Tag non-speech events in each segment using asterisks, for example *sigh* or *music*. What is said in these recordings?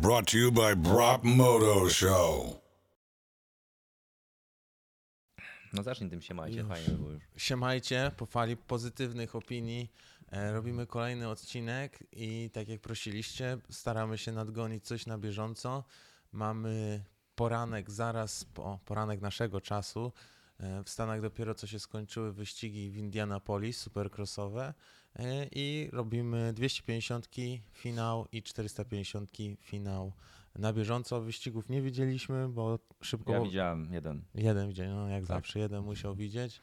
brought to you by Brop Moto Show. No zacznij tym się majcie, Już. fajnie by było już. Siemajcie, po fali pozytywnych opinii e, robimy kolejny odcinek i tak jak prosiliście, staramy się nadgonić coś na bieżąco. Mamy poranek zaraz po poranek naszego czasu. E, W Stanach dopiero co się skończyły wyścigi w Indianapolis, supercrossowe e, i robimy 250 finał i 450 finał na bieżąco. Wyścigów nie widzieliśmy, bo szybko Ja widziałem jeden. Jeden widział, no Tak. jak zawsze, jeden musiał widzieć.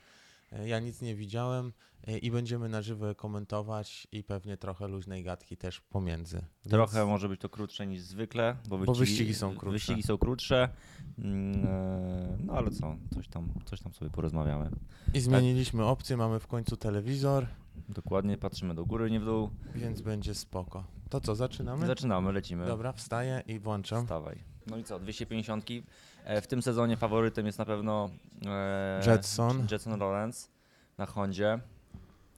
E, Ja nic nie widziałem e, i będziemy na żywo komentować i pewnie trochę luźnej gadki też pomiędzy. Więc Trochę może być to krótsze niż zwykle, bo wyścigi, wyścigi są krótsze. Wyścigi są krótsze. Mm, e, No ale co, coś tam, coś tam sobie porozmawiamy. I zmieniliśmy opcję, mamy w końcu telewizor, Dokładnie, patrzymy do góry, nie w dół. więc będzie spoko. To co, zaczynamy? Zaczynamy, lecimy. Dobra, wstaję i włączam. Stawaj. No i co, 250. E, W tym sezonie faworytem jest na pewno e, Jetson. Jetson Rollins na Hondzie.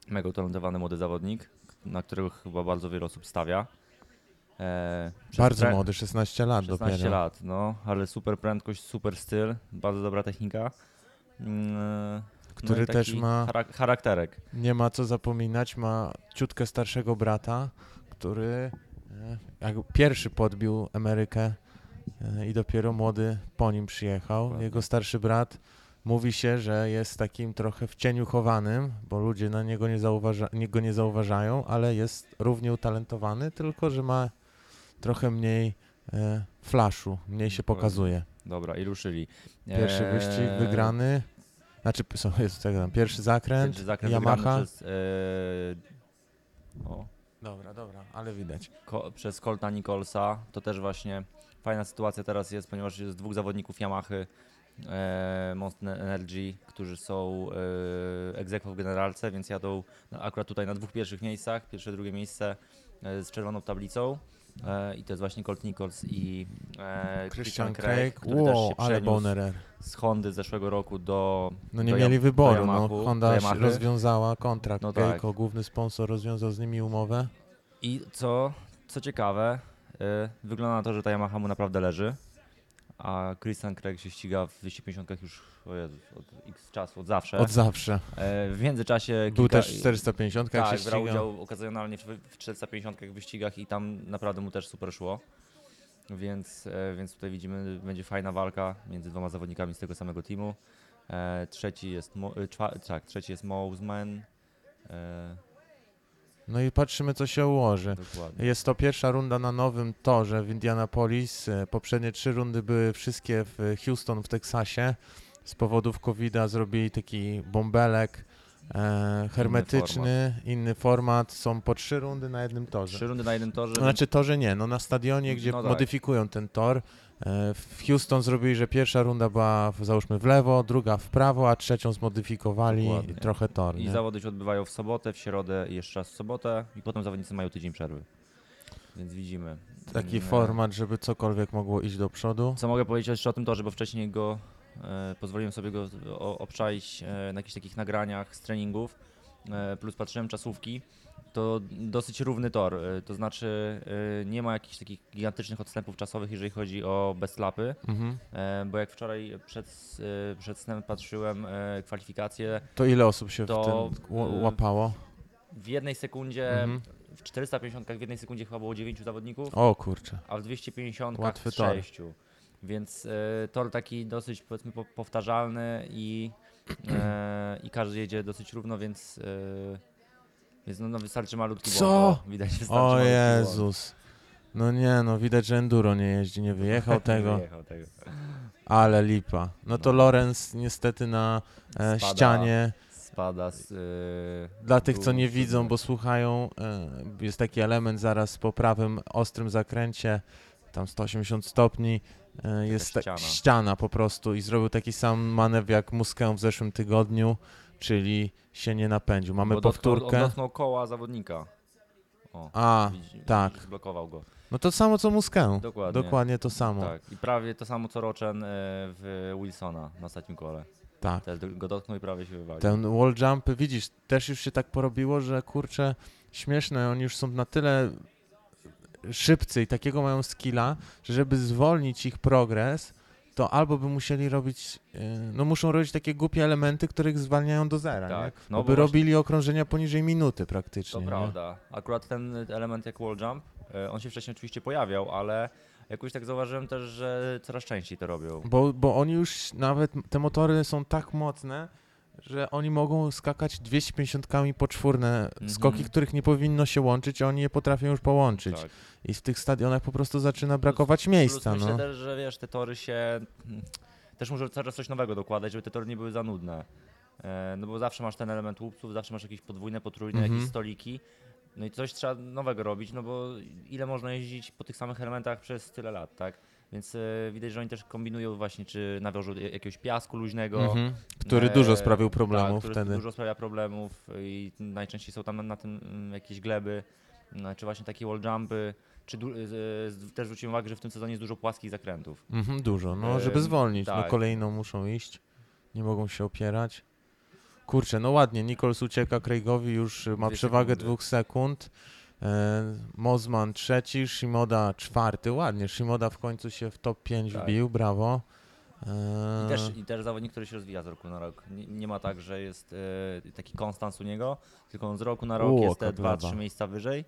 Mega utalentowany młody zawodnik, na którego chyba bardzo wiele osób stawia. E, przez Bardzo tre- młody, 16 lat 16 dopiero. lat, no, ale super prędkość, super styl, bardzo dobra technika. Mm, Który no i taki też ma- charak- charakterek. Nie ma co zapominać, ma ciutkę starszego brata, który e, jak pierwszy podbił Amerykę e, i dopiero młody po nim przyjechał. Dokładnie. Jego starszy brat mówi się, że jest takim trochę w cieniu chowanym, bo ludzie na niego nie, zauważa, nie- go nie zauważają, ale jest równie utalentowany, tylko że ma trochę mniej e, flaszu, mniej się Dokładnie. pokazuje. Dobra, i ruszyli. Pierwszy Eee, wyścig wygrany, znaczy p- sorry, jest tak, pierwszy zakręt, Pierwszy zakręt Yamaha. wygrany przez, eee, o, Dobra, dobra, ale widać. ko- przez Colta Nicholsa. To też właśnie fajna sytuacja teraz jest, ponieważ jest dwóch zawodników Yamahy e, Monster Energy, którzy są e, ex aequo w generalce, więc jadą na, akurat tutaj na dwóch pierwszych miejscach, pierwsze, drugie miejsce e, z czerwoną tablicą. E, I to jest właśnie Colt Nichols i e, Christian Craig, który też wow, się ale przeniósł Bonerer. z Hondy z zeszłego roku do... No nie do mieli Yam- wyboru, do Yamahu, no. do Honda się Yamahy. rozwiązała kontrakt, No no tak. główny sponsor rozwiązał z nimi umowę. I co, co ciekawe, y, wygląda na to, że ta Yamaha mu naprawdę leży, a Christian Craig się ściga w 250 już o Jezu, od x czasu, od zawsze. Od zawsze. E, w międzyczasie Był Tak. kilka- też 450, jak tak, się brał ścigał. udział okazjonalnie w, w 450 wyścigach i tam naprawdę mu też super szło. Więc, e, więc tutaj widzimy, będzie fajna walka między dwoma zawodnikami z tego samego teamu. E, trzeci jest, Mo, e, czwa, tak, trzeci jest Mosman. E, No i patrzymy, co się ułoży. dokładnie. Jest to pierwsza runda na nowym torze w Indianapolis. E, Poprzednie trzy rundy były wszystkie w Houston w Teksasie. Z powodów COVID-a zrobili taki bąbelek e, hermetyczny, inny format. Są po trzy rundy na jednym torze. Trzy rundy na jeden torze. No Znaczy torze nie, no na stadionie, gdzie No tak. modyfikują ten tor. E, W Houston zrobili, że pierwsza runda była w, załóżmy w lewo, druga w prawo, a trzecią zmodyfikowali Dokładnie. trochę tor. I nie? zawody się odbywają w sobotę, w środę i jeszcze raz w sobotę i potem zawodnicy mają tydzień przerwy. Więc widzimy. Taki Mm, format, żeby cokolwiek mogło iść do przodu. Co mogę powiedzieć jeszcze o tym torze, bo wcześniej go e, pozwoliłem sobie go o, obczaić e, na jakichś takich nagraniach z treningów, e, plus patrzyłem czasówki. To dosyć równy tor, e, to znaczy e, nie ma jakichś takich gigantycznych odstępów czasowych, jeżeli chodzi o bestlapy. Mhm. E, bo jak wczoraj przed, e, przed snem patrzyłem e, kwalifikacje, To ile osób się To, w tym ł- y, łapało? w jednej sekundzie Mhm. W 450 w jednej sekundzie chyba było 9 zawodników, O kurczę. a w 250 Łatwy tor. 6. Więc y, tor taki dosyć powiedzmy po, powtarzalny i, e, i każdy jedzie dosyć równo, więc, y, więc no, no wystarczy malutki Co? błąd. o, Widać, wystarczy O malutki Błąd. Jezus. No nie, no widać, że enduro nie jeździ, nie *laughs* wyjechał tego, Wyjechał tego. ale lipa. No to No. Lorenz niestety na e, Spada. ścianie Spada z... y, Dla tych, co dół, nie siódmy. widzą, bo słuchają, e, jest taki element zaraz po prawym ostrym zakręcie, tam 180 stopni, e, jest ta ściana. ściana. po prostu i zrobił taki sam manewr jak Muskę w zeszłym tygodniu, czyli się nie napędził. Mamy bo dotknął- powtórkę. On dotknął koła zawodnika. O, A, widzi- tak. widzisz, Blokował go. no to samo co Muskę. Dokładnie. Dokładnie to samo. Tak. Tak. I prawie to samo co Roczen y, w Wilsona na ostatnim kole. Też do- go dotknął i prawie się wywalił. Tak. Ten wall jump, widzisz, też już się tak porobiło, że kurczę, śmieszne, oni już są na tyle szybcy i takiego mają skilla, że żeby zwolnić ich progres, to albo by musieli robić, yy, no muszą robić takie głupie elementy, których zwalniają do zera, Tak, nie? no No, bo by właśnie- robili okrążenia poniżej minuty praktycznie. To nie? prawda. Akurat ten element jak wall jump, e, on się wcześniej oczywiście pojawiał, ale jakoś tak zauważyłem też, że coraz częściej to robią. Bo, bo oni już nawet, te motory są tak mocne, że oni mogą skakać 250 poczwórne Mhm. skoki, których nie powinno się łączyć, a oni je potrafią już połączyć. Tak. I w tych stadionach po prostu zaczyna brakować miejsca. Plus No. myślę też, że wiesz, te tory się mm, też może cały czas coś nowego dokładać, żeby te tory nie były za nudne. E, No bo zawsze masz ten element łupców, zawsze masz jakieś podwójne, potrójne, Mhm. jakieś stoliki. No i coś trzeba nowego robić, no bo ile można jeździć po tych samych elementach przez tyle lat, tak? Więc e, widać, że oni też kombinują właśnie, czy nawiążą je- jakiegoś piasku luźnego, Mhm. Który dużo sprawił tak, problemów który wtedy. Dużo sprawia problemów i najczęściej są tam na, na tym mm, jakieś gleby, no, czy właśnie takie wall jumpy, czy du- z, z, też zwróciłem uwagę, że w tym sezonie jest dużo płaskich zakrętów. Mhm, dużo, no żeby Em, zwolnić. tak. No kolejną muszą iść, nie mogą się opierać. Kurczę, no ładnie, Nichols ucieka Craigowi, już y, ma Dwie przewagę sekundy. dwóch sekund. E, Mozman trzeci, Shimoda czwarty, ładnie. Shimoda w końcu się w top 5 Tak. wbił, brawo. I E, też, I też zawodnik, który się rozwija z roku na rok. Nie, nie ma tak, że jest e, taki konstans u niego, tylko on z roku na rok U, jest te Kadlawa. 2-3 miejsca wyżej.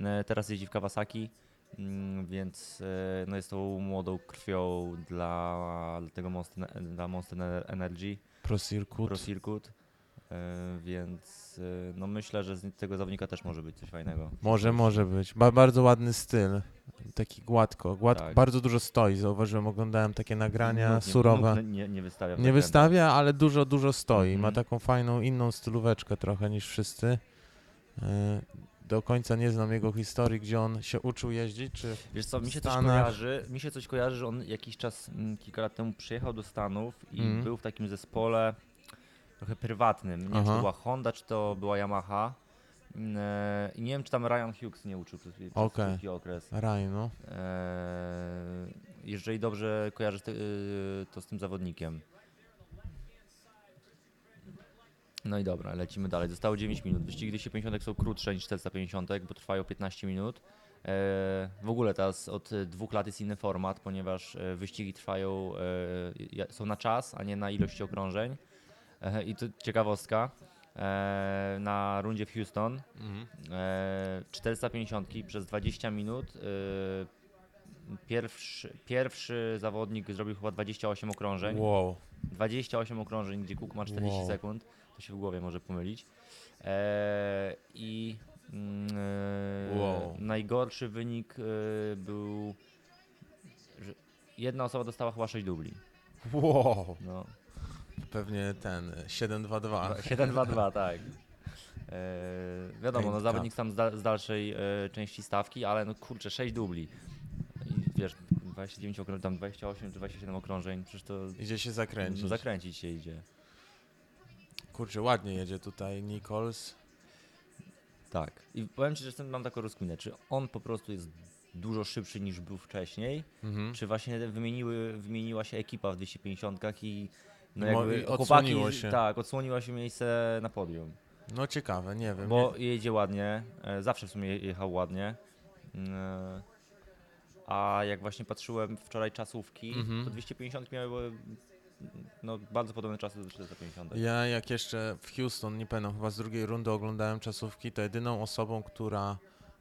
E, teraz jeździ w Kawasaki, mm, więc e, no jest tą młodą krwią dla, dla tego Monster, dla Monster Energy. Pro Circuit. Pro Circuit. e, Więc e, no myślę, że z tego zawodnika też może być coś fajnego. Może, może być. Ba- bardzo ładny styl. Taki gładko, gładko. Tak. Bardzo dużo stoi, zauważyłem, oglądałem takie nagrania Nóg No, nie- surowe. nóg Nie, nie wystawia. w Nie zakrętach. wystawia, ale dużo, dużo stoi. Ma Mhm. taką fajną, inną stylóweczkę trochę niż wszyscy. E, Do końca nie znam jego historii, gdzie on się uczył jeździć, czy... Wiesz co, mi się w coś Stanach. kojarzy, mi się coś kojarzy, że on jakiś czas, mm, kilka lat temu przyjechał do Stanów i Mhm. był w takim zespole trochę prywatnym. Nie wiem, czy to Aha. była Honda, czy to była Yamaha. Mm, e, I nie wiem, czy tam Ryan Hughes nie uczył przez, przez Okej. krótki okres. Raj, no. E, Jeżeli dobrze kojarzę te- y, to z tym zawodnikiem. No i dobra, lecimy dalej. Zostało 9 minut. Wyścigi 250 są krótsze niż 450, bo trwają 15 minut. E, W ogóle teraz od e, dwóch lat jest inny format, ponieważ e, wyścigi trwają, e, ja- są na czas, a nie na ilość okrążeń. E, I tu ciekawostka. e, Na rundzie w Houston E, 450 przez 20 minut. e, Pierwszy, pierwszy zawodnik zrobił chyba 28 okrążeń. Wow. 28 okrążeń, gdzie Cook ma 40 Wow. sekund. To się w głowie może pomylić. E, I mm, e, Wow. najgorszy wynik e, był. Że jedna osoba dostała chyba 6 dubli. Wow. *laughs* No. Pewnie ten, e, 722. 7-2-2, tak. E, wiadomo, no, Piętka. zawodnik tam z, da, z dalszej e, części stawki, ale no kurczę, 6 dubli. I wiesz, 29 okrążeń, tam 28 czy 27 okrążeń, przecież to Idzie się zakręcić, zakręcić. zakręcić się idzie. Kurczę, ładnie jedzie tutaj Nichols. Tak. I powiem Ci, że z tym mam taką rozkminę, czy on po prostu jest dużo szybszy niż był wcześniej, Mhm. czy właśnie wymieniły, wymieniła się ekipa w 250 i no Mo- jakby i chłopaki, odsłoniło się. tak, odsłoniła się miejsce na podium. No ciekawe, nie wiem. Bo jedzie ładnie, e, zawsze w sumie je- jechał ładnie. Mm, e, A jak właśnie patrzyłem wczoraj czasówki, Mhm. to 250 miały e, no, bardzo podobne czasy do 450. Ja jak jeszcze w Houston, nie pamiętam, chyba z drugiej rundy oglądałem czasówki, to jedyną osobą, która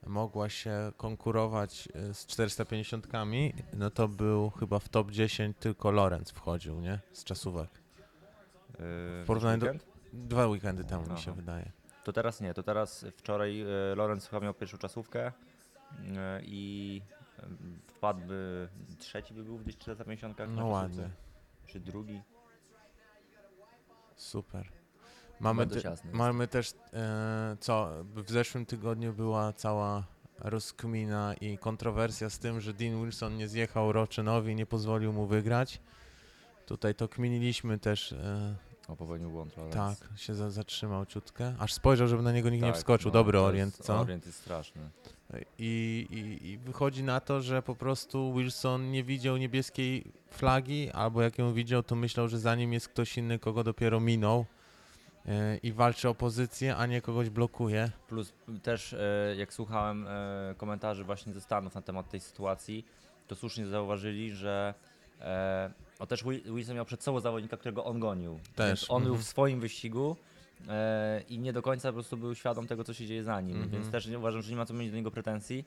mogła się konkurować y, z 450-kami, no to był chyba w top 10 tylko Lorenz wchodził, nie? Z czasówek. E, W porównaniu do- weekend? Dwa weekendy temu mi się Aha. wydaje. To teraz nie, to teraz wczoraj e, Lorenz chyba miał pierwszą czasówkę e, i e, wpadłby, trzeci by był w 450. Tak, na No czasówce. ładnie, Czy drugi? super. Mamy, Bardzo te- ciasno jest. mamy też, e, co, w zeszłym tygodniu była cała rozkmina i kontrowersja z tym, że Dean Wilson nie zjechał Roczynowi, nie pozwolił mu wygrać. Tutaj to kminiliśmy też e, O, popełnił błąd Lorenz. Tak, się za, zatrzymał ciutkę. Aż spojrzał, żeby na niego nikt nie Tak, wskoczył. no, Dobry to orient, jest- co? Orient jest straszny. I, i, I wychodzi na to, że po prostu Wilson nie widział niebieskiej flagi, albo jak ją widział, to myślał, że za nim jest ktoś inny, kogo dopiero minął. e, i walczy o pozycję, a nie kogoś blokuje. Plus też e, jak słuchałem e, komentarzy właśnie ze Stanów na temat tej sytuacji, to słusznie zauważyli, że e, o też Wil- Wilson miał przed sobą zawodnika, którego on gonił. Też, Więc on mhm. był w swoim wyścigu e, i nie do końca po prostu był świadom tego, co się dzieje za nim. Mhm. Więc też nie, uważam, że nie ma co mieć do niego pretensji.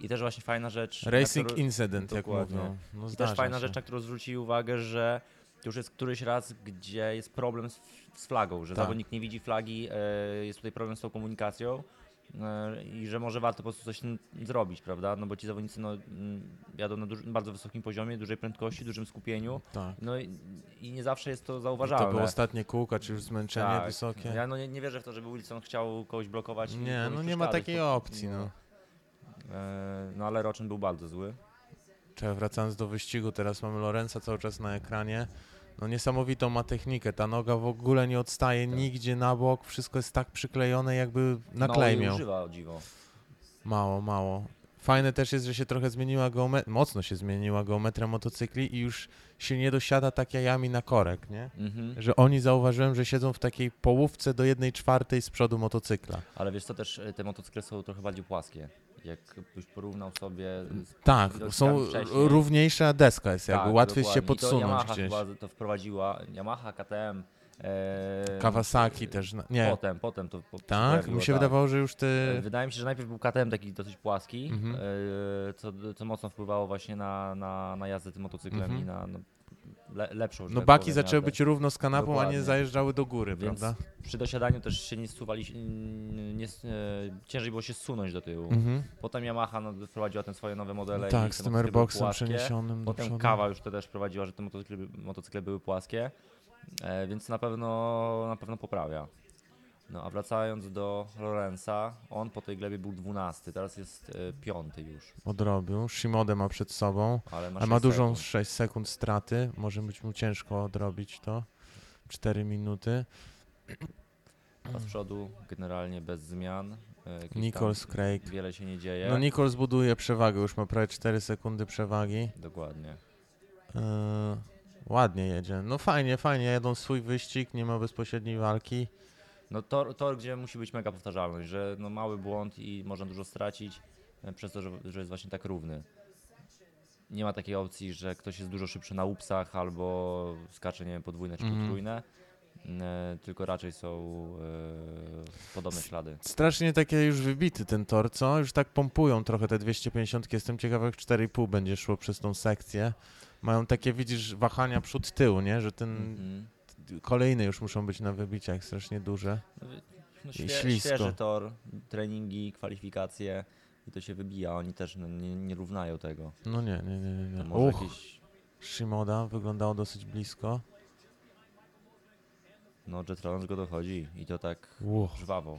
I też właśnie fajna rzecz. na Racing którą- incident, jak Dokładnie. mówią. No, I zdarza też fajna się. rzecz, na którą zwrócili uwagę, że to już jest któryś raz, gdzie jest problem z, z flagą, że Tak. zawodnik nie widzi flagi, e, jest tutaj problem z tą komunikacją e, i że może warto po prostu coś z tym zrobić, prawda? No bo ci zawodnicy no, mm, jadą na duż, bardzo wysokim poziomie, dużej prędkości, dużym skupieniu, Tak. no i, i nie zawsze jest to I To zauważalne. było ostatnie kółka, czy już zmęczenie Tak. wysokie. Ja no nie, nie wierzę w to, żeby Wilson chciał kogoś blokować. i Nie, komuś no nie ma przeszkadzać, takiej bo- opcji, no. E, no ale Roczyn był bardzo zły. Czy wracając do wyścigu, teraz mamy Lorenza cały czas na ekranie. No niesamowitą ma technikę, ta noga w ogóle nie odstaje Tak. nigdzie na bok, wszystko jest tak przyklejone, jakby naklej Mało jej miał. No używa, o dziwo. Mało, mało. Fajne też jest, że się trochę zmieniła geometria, mocno się zmieniła geometria motocykli i już się nie dosiada tak jajami na korek, nie? Mhm. Że oni zauważyłem, że siedzą w takiej połówce do jednej czwartej z przodu motocykla. Ale wiesz co, też e, te motocykle są trochę bardziej płaskie. Jakbyś porównał sobie... z- Tak, z są rocznikami wcześniej. równiejsza deska jest jakby, Tak, łatwiej dokładnie. się I to podsunąć Yamaha gdzieś. chyba to wprowadziła, Yamaha, KTM... E, Kawasaki też, na- nie. Potem, potem to po, tak, pojawiło, mi się tak. wydawało, że już te no, E, Wydaje mi się, że najpierw był KTM taki dosyć płaski, Mhm. e, co, co mocno wpływało właśnie na, na, na jazdę tym motocyklem Mhm. i na no, le, lepszą, że no tak baki powiem, zaczęły jazdę. być równo z kanapą, a nie Dokładnie. zajeżdżały do góry, Więc prawda? przy dosiadaniu też się nie zsuwali, nie, s- e, ciężej było się zsunąć do tyłu. Mhm. Potem Yamaha no, wprowadziła te swoje nowe modele. i Tak, te z tym motocykle były airboxem płaskie. przeniesionym do Potem przodu. Kawa już to też prowadziła, że te motocykle, by- motocykle były płaskie, e, więc na pewno, na pewno poprawia. No a wracając do Lorenza, on po tej glebie był 12, teraz jest e, piąty już, Odrobił, Shimoda ma przed sobą. ale ma, A ma sześć dużą sekund. 6 sekund straty, może być mu ciężko odrobić to. 4 minuty. A z przodu generalnie bez zmian. e, jakieś tam Nichols Craig. Wiele się nie dzieje. No Nichols buduje przewagę, już ma prawie 4 sekundy przewagi. Dokładnie. Yy, ładnie jedzie. No fajnie, fajnie, jadą swój wyścig, nie ma bezpośredniej walki. No tor, tor, gdzie musi być mega powtarzalność, że no mały błąd i można dużo stracić e, przez to, że, że jest właśnie tak równy. Nie ma takiej opcji, że ktoś jest dużo szybszy na upsach albo skacze, nie wiem, podwójne czy Mhm. potrójne, e, tylko raczej są e, podobne ślady. Strasznie takie już wybity ten tor, co? Już tak pompują trochę te 250. Jestem ciekaw, jak 4,5 będzie szło przez tą sekcję. Mają takie, widzisz, wahania przód-tył, nie? Że ten Mhm. kolejny już muszą być na wybiciach strasznie duże. No, I świe, ślisko. świeży tor, treningi, kwalifikacje i to się wybija, oni też no, nie, nie równają tego. No nie, nie, nie, nie. To nie. może Uch, jakiś, Shimoda wyglądało dosyć blisko. no Jet Rollins go dochodzi i to tak Uch, żwawo.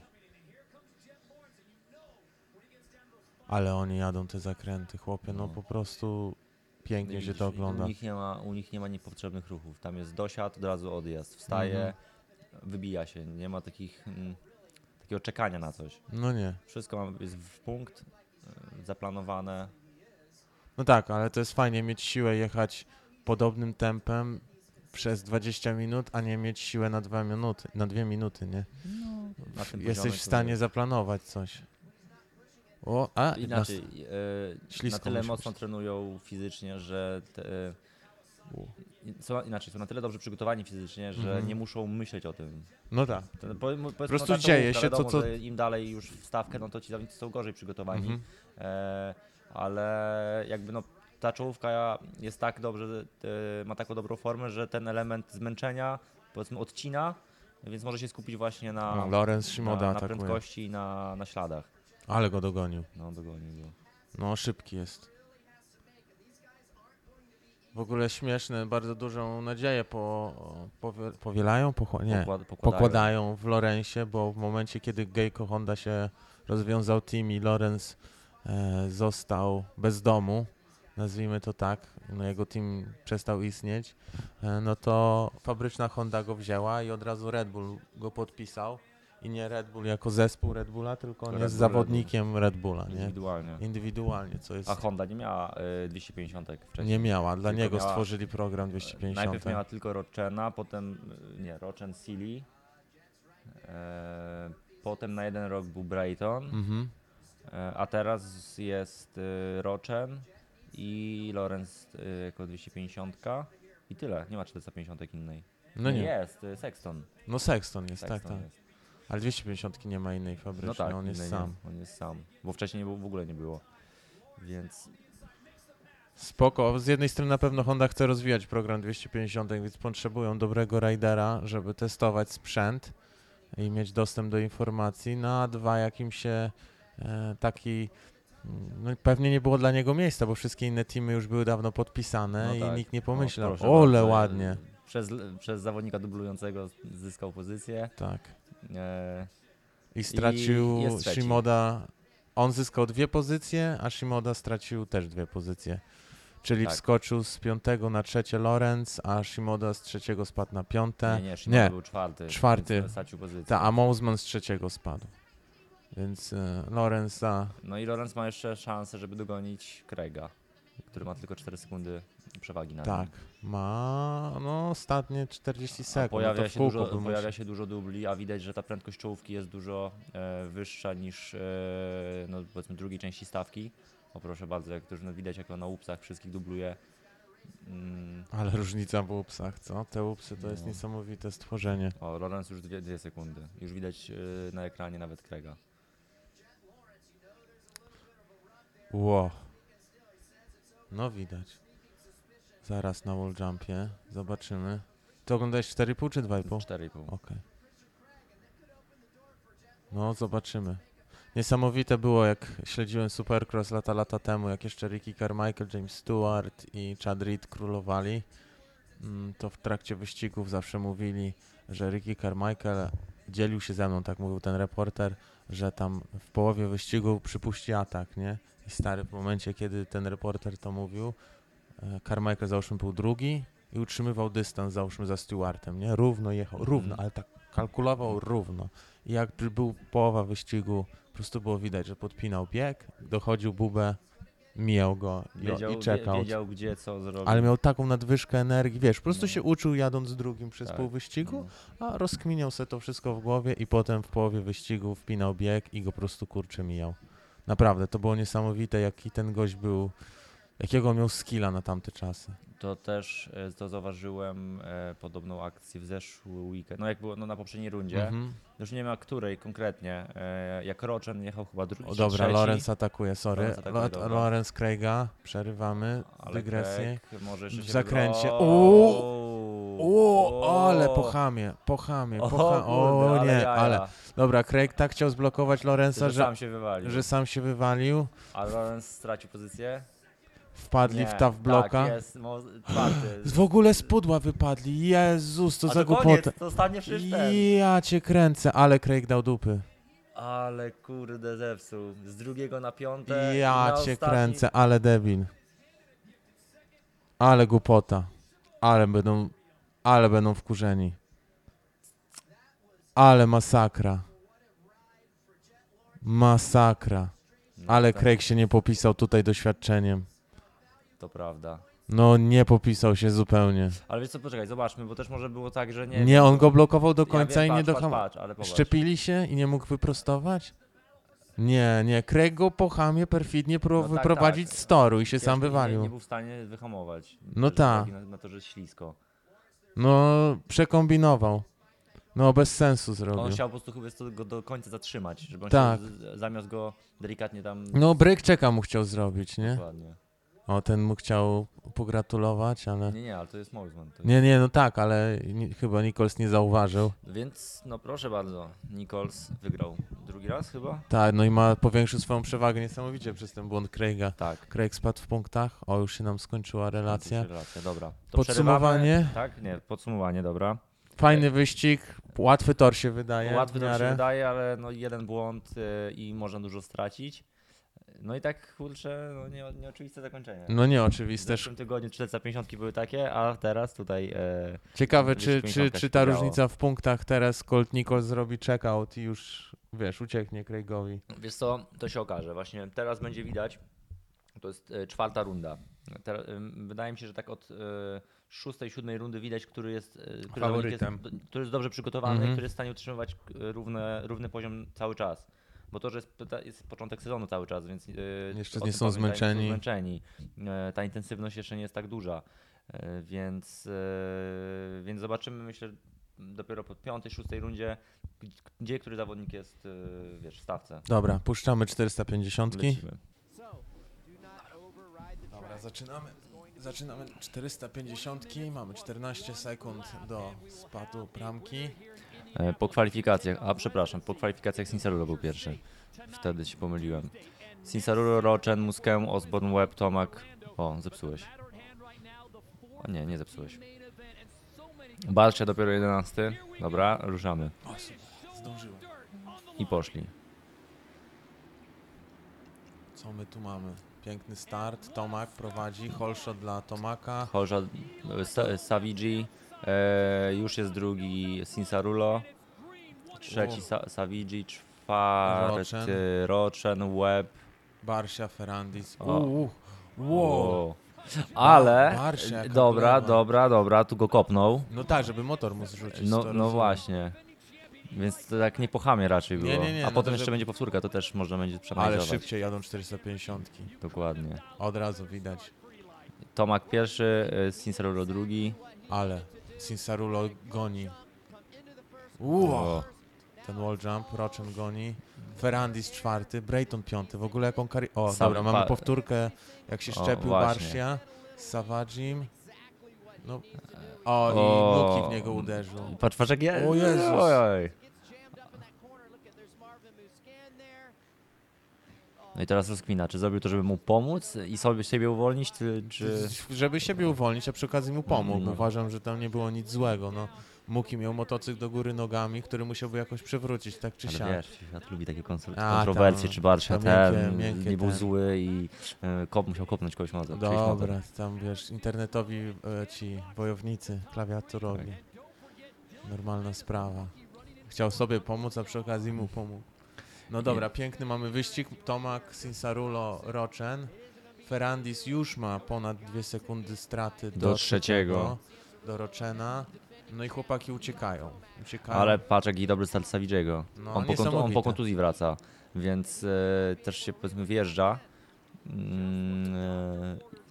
ale oni jadą te zakręty, chłopie, no No. po prostu pięknie się Widzisz, No to ogląda. U nich, nie ma, u nich nie ma niepotrzebnych ruchów. Tam jest dosiad, od razu odjazd. Wstaje, Mhm. wybija się. Nie ma takich, mm, takiego czekania na coś. No nie. Wszystko ma- jest w punkt, y, zaplanowane. No tak, ale to jest fajnie mieć siłę jechać podobnym tempem przez 20 minut, a nie mieć siłę na 2 minuty, na 2 minuty, nie? Na tym Jesteś poziomie, w stanie zaplanować coś. O, a Który... Inaczej, y, na ślisko tyle musi mocno być. trenują fizycznie, że te, y, U. i- są, inaczej, są na tyle dobrze przygotowani fizycznie, że Mhm. nie muszą myśleć o tym. No tak. To, po, po prostu dzieje się, co- wiadomo, co- że Im dalej już w stawkę, no to ci zawodnicy są gorzej przygotowani. Mhm. E, ale jakby no ta czołówka jest tak dobrze, e, ma taką dobrą formę, że ten element zmęczenia powiedzmy odcina, więc może się skupić właśnie na, A, Lorenz na, Shimoda na No, atakuje. prędkości i na, na śladach. Ale go dogonił. No dogonił go. No, szybki jest. W ogóle śmieszne, bardzo dużą nadzieję po, powie- powielają, pochła- nie, Pokład- pokładają. pokładają w Lorensie, bo w momencie, kiedy Geico Honda się rozwiązał team i Lorenz e, został bez domu, nazwijmy to tak, no jego team przestał istnieć, e, no to fabryczna Honda go wzięła i od razu Red Bull go podpisał. I nie Red Bull jako zespół Red Bulla, tylko on Red jest Bull, Red Bull. zawodnikiem Red Bulla, nie? Indywidualnie. indywidualnie, co jest. A Honda nie miała e, 250 wcześniej. E, nie miała, dla Tylko niego miała- stworzyli program 250. Najpierw miała tylko Rochena, potem e, nie, Rochen Sealy. E, potem na jeden rok był Brighton, Mhm. e, a teraz jest e, Rochen i Lorenz e, jako 250 i tyle. Nie ma 450 innej. No nie. Jest, e, Sexton. No Sexton jest, Sexton tak, tak. Jest. Ale 250 nie ma innej fabrycznej, No tak, on jest innej sam. Nie, on jest sam, bo wcześniej nie było- w ogóle nie było. Więc no, Spoko. Z jednej strony na pewno Honda chce rozwijać program 250, więc potrzebują dobrego rajdera, żeby testować sprzęt i mieć dostęp do informacji. No a dwa, jakim się e, taki. mm, No i pewnie nie było dla niego miejsca, bo wszystkie inne teamy już były dawno podpisane No i tak. nikt nie pomyślał. proszę Ole, bardzo, ładnie. Przez, przez zawodnika dublującego zyskał pozycję. Tak. E, I stracił I jest trzeci. Shimoda. On zyskał dwie pozycje, a Shimoda stracił też dwie pozycje. Czyli Tak. wskoczył z piątego na trzecie Lorenz, a Shimoda z trzeciego spadł na piąte. nie, nie, Szymon nie. był czwarty. Czwarty. więc Stracił pozycję. Ta, a Mosman z trzeciego spadł. Więc e, Lorenza. No i Lorenz ma jeszcze szansę, żeby dogonić Craiga, który ma tylko 4 sekundy przewagi na Tak, nim. ma no ostatnie 40 A sekund. no pojawia, to w się kółko dużo, by pojawia musiał- się dużo dubli, a widać, że ta prędkość czołówki jest dużo e, wyższa niż e, no, powiedzmy drugiej części stawki. O proszę bardzo, jak to już no, widać, jak on na łupsach wszystkich dubluje. Mm, Ale różnica w upsach, co? Te upsy to jest No. niesamowite stworzenie. o, Lorenz już 2 sekundy. Już widać e, na ekranie nawet Craiga. Ło. No widać. Zaraz na wall jumpie. Zobaczymy. Ty oglądałeś 4,5 czy 2,5? 4,5. Okej. No, zobaczymy. Niesamowite było, jak śledziłem Supercross lata, lata temu, jak jeszcze Ricky Carmichael, James Stewart i Chad Reed królowali, mm, to w trakcie wyścigów zawsze mówili, że Ricky Carmichael dzielił się ze mną, tak mówił ten reporter, że tam w połowie wyścigu przypuści atak, nie? I stary, w momencie, kiedy ten reporter to mówił, e, Carmichael załóżmy był drugi i utrzymywał dystans, załóżmy za Stewartem, nie? Równo jechał, Mhm. równo, ale tak kalkulował równo. I jak dr- był połowa wyścigu, po prostu było widać, że podpinał bieg, dochodził bubę, mijał go no, i, Wiedział, i wie- czekał. wiedział gdzie, co zrobić. Ale miał taką nadwyżkę energii, wiesz, po prostu No. się uczył jadąc drugim przez Tak, pół no. wyścigu, a rozkminiał sobie to wszystko w głowie i potem w połowie wyścigu wpinał bieg i go po prostu kurczę mijał. Naprawdę, to było niesamowite, jaki ten gość był, jakiego miał skilla na tamte czasy. To też e, to zauważyłem e, podobną akcję w zeszły weekend. No jak było no, na poprzedniej rundzie. Mhm. Już nie wiem jak której konkretnie. E, jak Roczen jechał chyba drugi. O, czy dobra, trzeci, Lorenz atakuje, sorry. Lawrence atakuje, Lo- dobra. Lorenz Craiga, przerywamy ale dygresję. Greg Może jeszcze W się zakręcie. wybrał. Uuu! Uuu! O, ale pochamie, pochamie, O, pochamie. O kurde, ale nie, jaja. ale. Dobra, Craig tak chciał zblokować Lorenza, Że że, sam się wywalił. że sam się wywalił. A Lorenz stracił pozycję? Wpadli w tough bloka. Tak, jest. Mo- czwarty. W ogóle z pudła wypadli. Jezus, to A za to koniec, głupotę. to ostatnie przyszedł. Ja cię kręcę, ale Craig dał dupy. Ale kurde zepsuł. Z drugiego na piąte. i Ja na cię ostatni- kręcę, ale debil. Ale głupota. Ale będą, ale będą wkurzeni. Ale masakra. Masakra. No Ale tak, Craig się nie popisał tutaj doświadczeniem. To prawda. No nie popisał się zupełnie. Ale wiesz co, poczekaj, zobaczmy, bo też może było tak, że nie. Nie, on go blokował do Ja końca wiem, i nie patrz, dohamował. Patrz, patrz, ale popatrz. Szczepili się i nie mógł wyprostować? Nie, nie. Craig go po chamie perfidnie pró- No tak, wyprowadzić tak. z toru i się Wiesz, sam nie- wywalił. Nie, nie był w stanie wyhamować. No Że ta. uwagi Na, na to, że jest ślisko. No, przekombinował. No, bez sensu On zrobił. chciał po prostu chyba jest to go do końca zatrzymać, żeby on Tak. się z- zamiast go delikatnie tam. No, break checka mu chciał zrobić, nie? Dokładnie. O, ten mu chciał pogratulować, ale... Nie, nie, ale to jest Morgan. To jest... Nie, nie, no tak, ale ni- chyba Nichols nie zauważył. Więc no proszę bardzo, Nichols wygrał drugi raz chyba? Tak, no i ma powiększył swoją przewagę niesamowicie przez ten błąd Craiga. Tak. Craig spadł w punktach. O, już się nam skończyła relacja. Relacja, dobra. To Podsumowanie. przerywamy. Tak, nie, podsumowanie, dobra. Fajny wyścig. Łatwy tor się wydaje. Łatwy w nam się miarę. wydaje, ale no jeden błąd y, i można dużo stracić. No i tak kurczę, no nie, nieoczywiste zakończenie. No nie, W oczywiste. zeszłym tygodniu 450 były takie, a teraz tutaj e, Ciekawe, Gdzieś czy, w czy, pięćdziesiątkach czy się ta grało. różnica w punktach teraz Colt Nicol zrobi checkout i już, wiesz, ucieknie Craigowi. wiesz co, to się okaże. Właśnie teraz będzie widać, to jest e, czwarta runda. Teraz, ym, wydaje mi się, że tak od y, szóstej, siódmej rundy widać, który jest, y, który zawodnik Faworytem. jest, do- który jest dobrze przygotowany, Mhm. który jest w stanie utrzymywać y, równe, równy poziom cały czas. Bo to, że jest, pyta- jest początek sezonu cały czas, więc y, o Jeszcze nie tym są pamiętajmy, zmęczeni. Są zmęczeni. Y, Ta intensywność jeszcze nie jest tak duża, Y, więc, y, więc zobaczymy, myślę, dopiero po piątej, szóstej rundzie, g- gdzie który zawodnik jest, y, wiesz, w stawce. Dobra, puszczamy 450. Lecimy. Dobra, zaczynamy. Zaczynamy 450. Mamy 14 sekund do spadu bramki. E, Po kwalifikacjach, a przepraszam, po kwalifikacjach Sinceruro był pierwszy. Wtedy się pomyliłem. Sinceruro, Rochen, Muskę, Osborne, Webb, Tomak. O, zepsułeś. O nie, nie zepsułeś. Balsze dopiero 11. Dobra, ruszamy. O, zdążyłem. I poszli. Co my tu mamy? Piękny start. Tomak prowadzi. Holshot dla Tomaka. Chorza, e, Sa- e, Savigi, e, już jest drugi Sinsarulo, trzeci U. Sa- Savigi, czwarty Rochen, Webb. Barsia Ferrandis. O. Uuu. Wow. O. Ale, Barsia, jaka dobra, plewa. dobra, dobra, tu go kopnął. No tak, żeby motor mu zrzucić. to No, no rozumiem. właśnie. Więc to tak nie po chamie raczej Nie, było. nie, nie, A no to, potem jeszcze że- będzie powtórka, to też można będzie Ale przeanalizować. szybciej jadą 450. Dokładnie. Od razu widać. Tomak pierwszy, y, Sincerolo drugi. Ale Sinsarulo goni. Uuu. O, Ten wall jump, Rochen goni. Ferrandis czwarty, Brayton piąty. W ogóle jaką kari... O, Sam dobra, mamy pa- powtórkę, jak się O, szczepił właśnie. Barsia z Savagim. No. O, i O. Nuki w niego uderzył. Patrz, patrz jak jest. O Jezus. Ojej. No i teraz rozkmina, czy zrobił to, żeby mu pomóc i sobie siebie uwolnić, czy... czy... Żeby siebie uwolnić, a przy okazji mu pomógł. No. Uważam, że tam nie było nic złego. No. Muki miał motocykl do góry nogami, który musiałby jakoś przewrócić, tak czy Ale siak. wiesz, świat lubi takie konsol- A, kontrowersje, tam- czy Barsia tam ten, miękkie- miękkie nie był ten. zły i y, kop, musiał kopnąć kogoś mocno. czyjś mocno. Dobra, tam wiesz, internetowi e, ci wojownicy, klawiaturowi. Normalna sprawa. Chciał sobie pomóc, a przy okazji mu pomógł. No dobra, piękny mamy wyścig. Tomak, Sinsarulo, Rochen. Ferrandis już ma ponad dwie sekundy straty do, Do trzeciego. Do Rochena. No i chłopaki uciekają. uciekają. Ale patrz, jaki dobry start Savidziego. No, on, po kontu- on niesamowite. po kontuzji wraca, więc e, też się powiedzmy wjeżdża. Mm,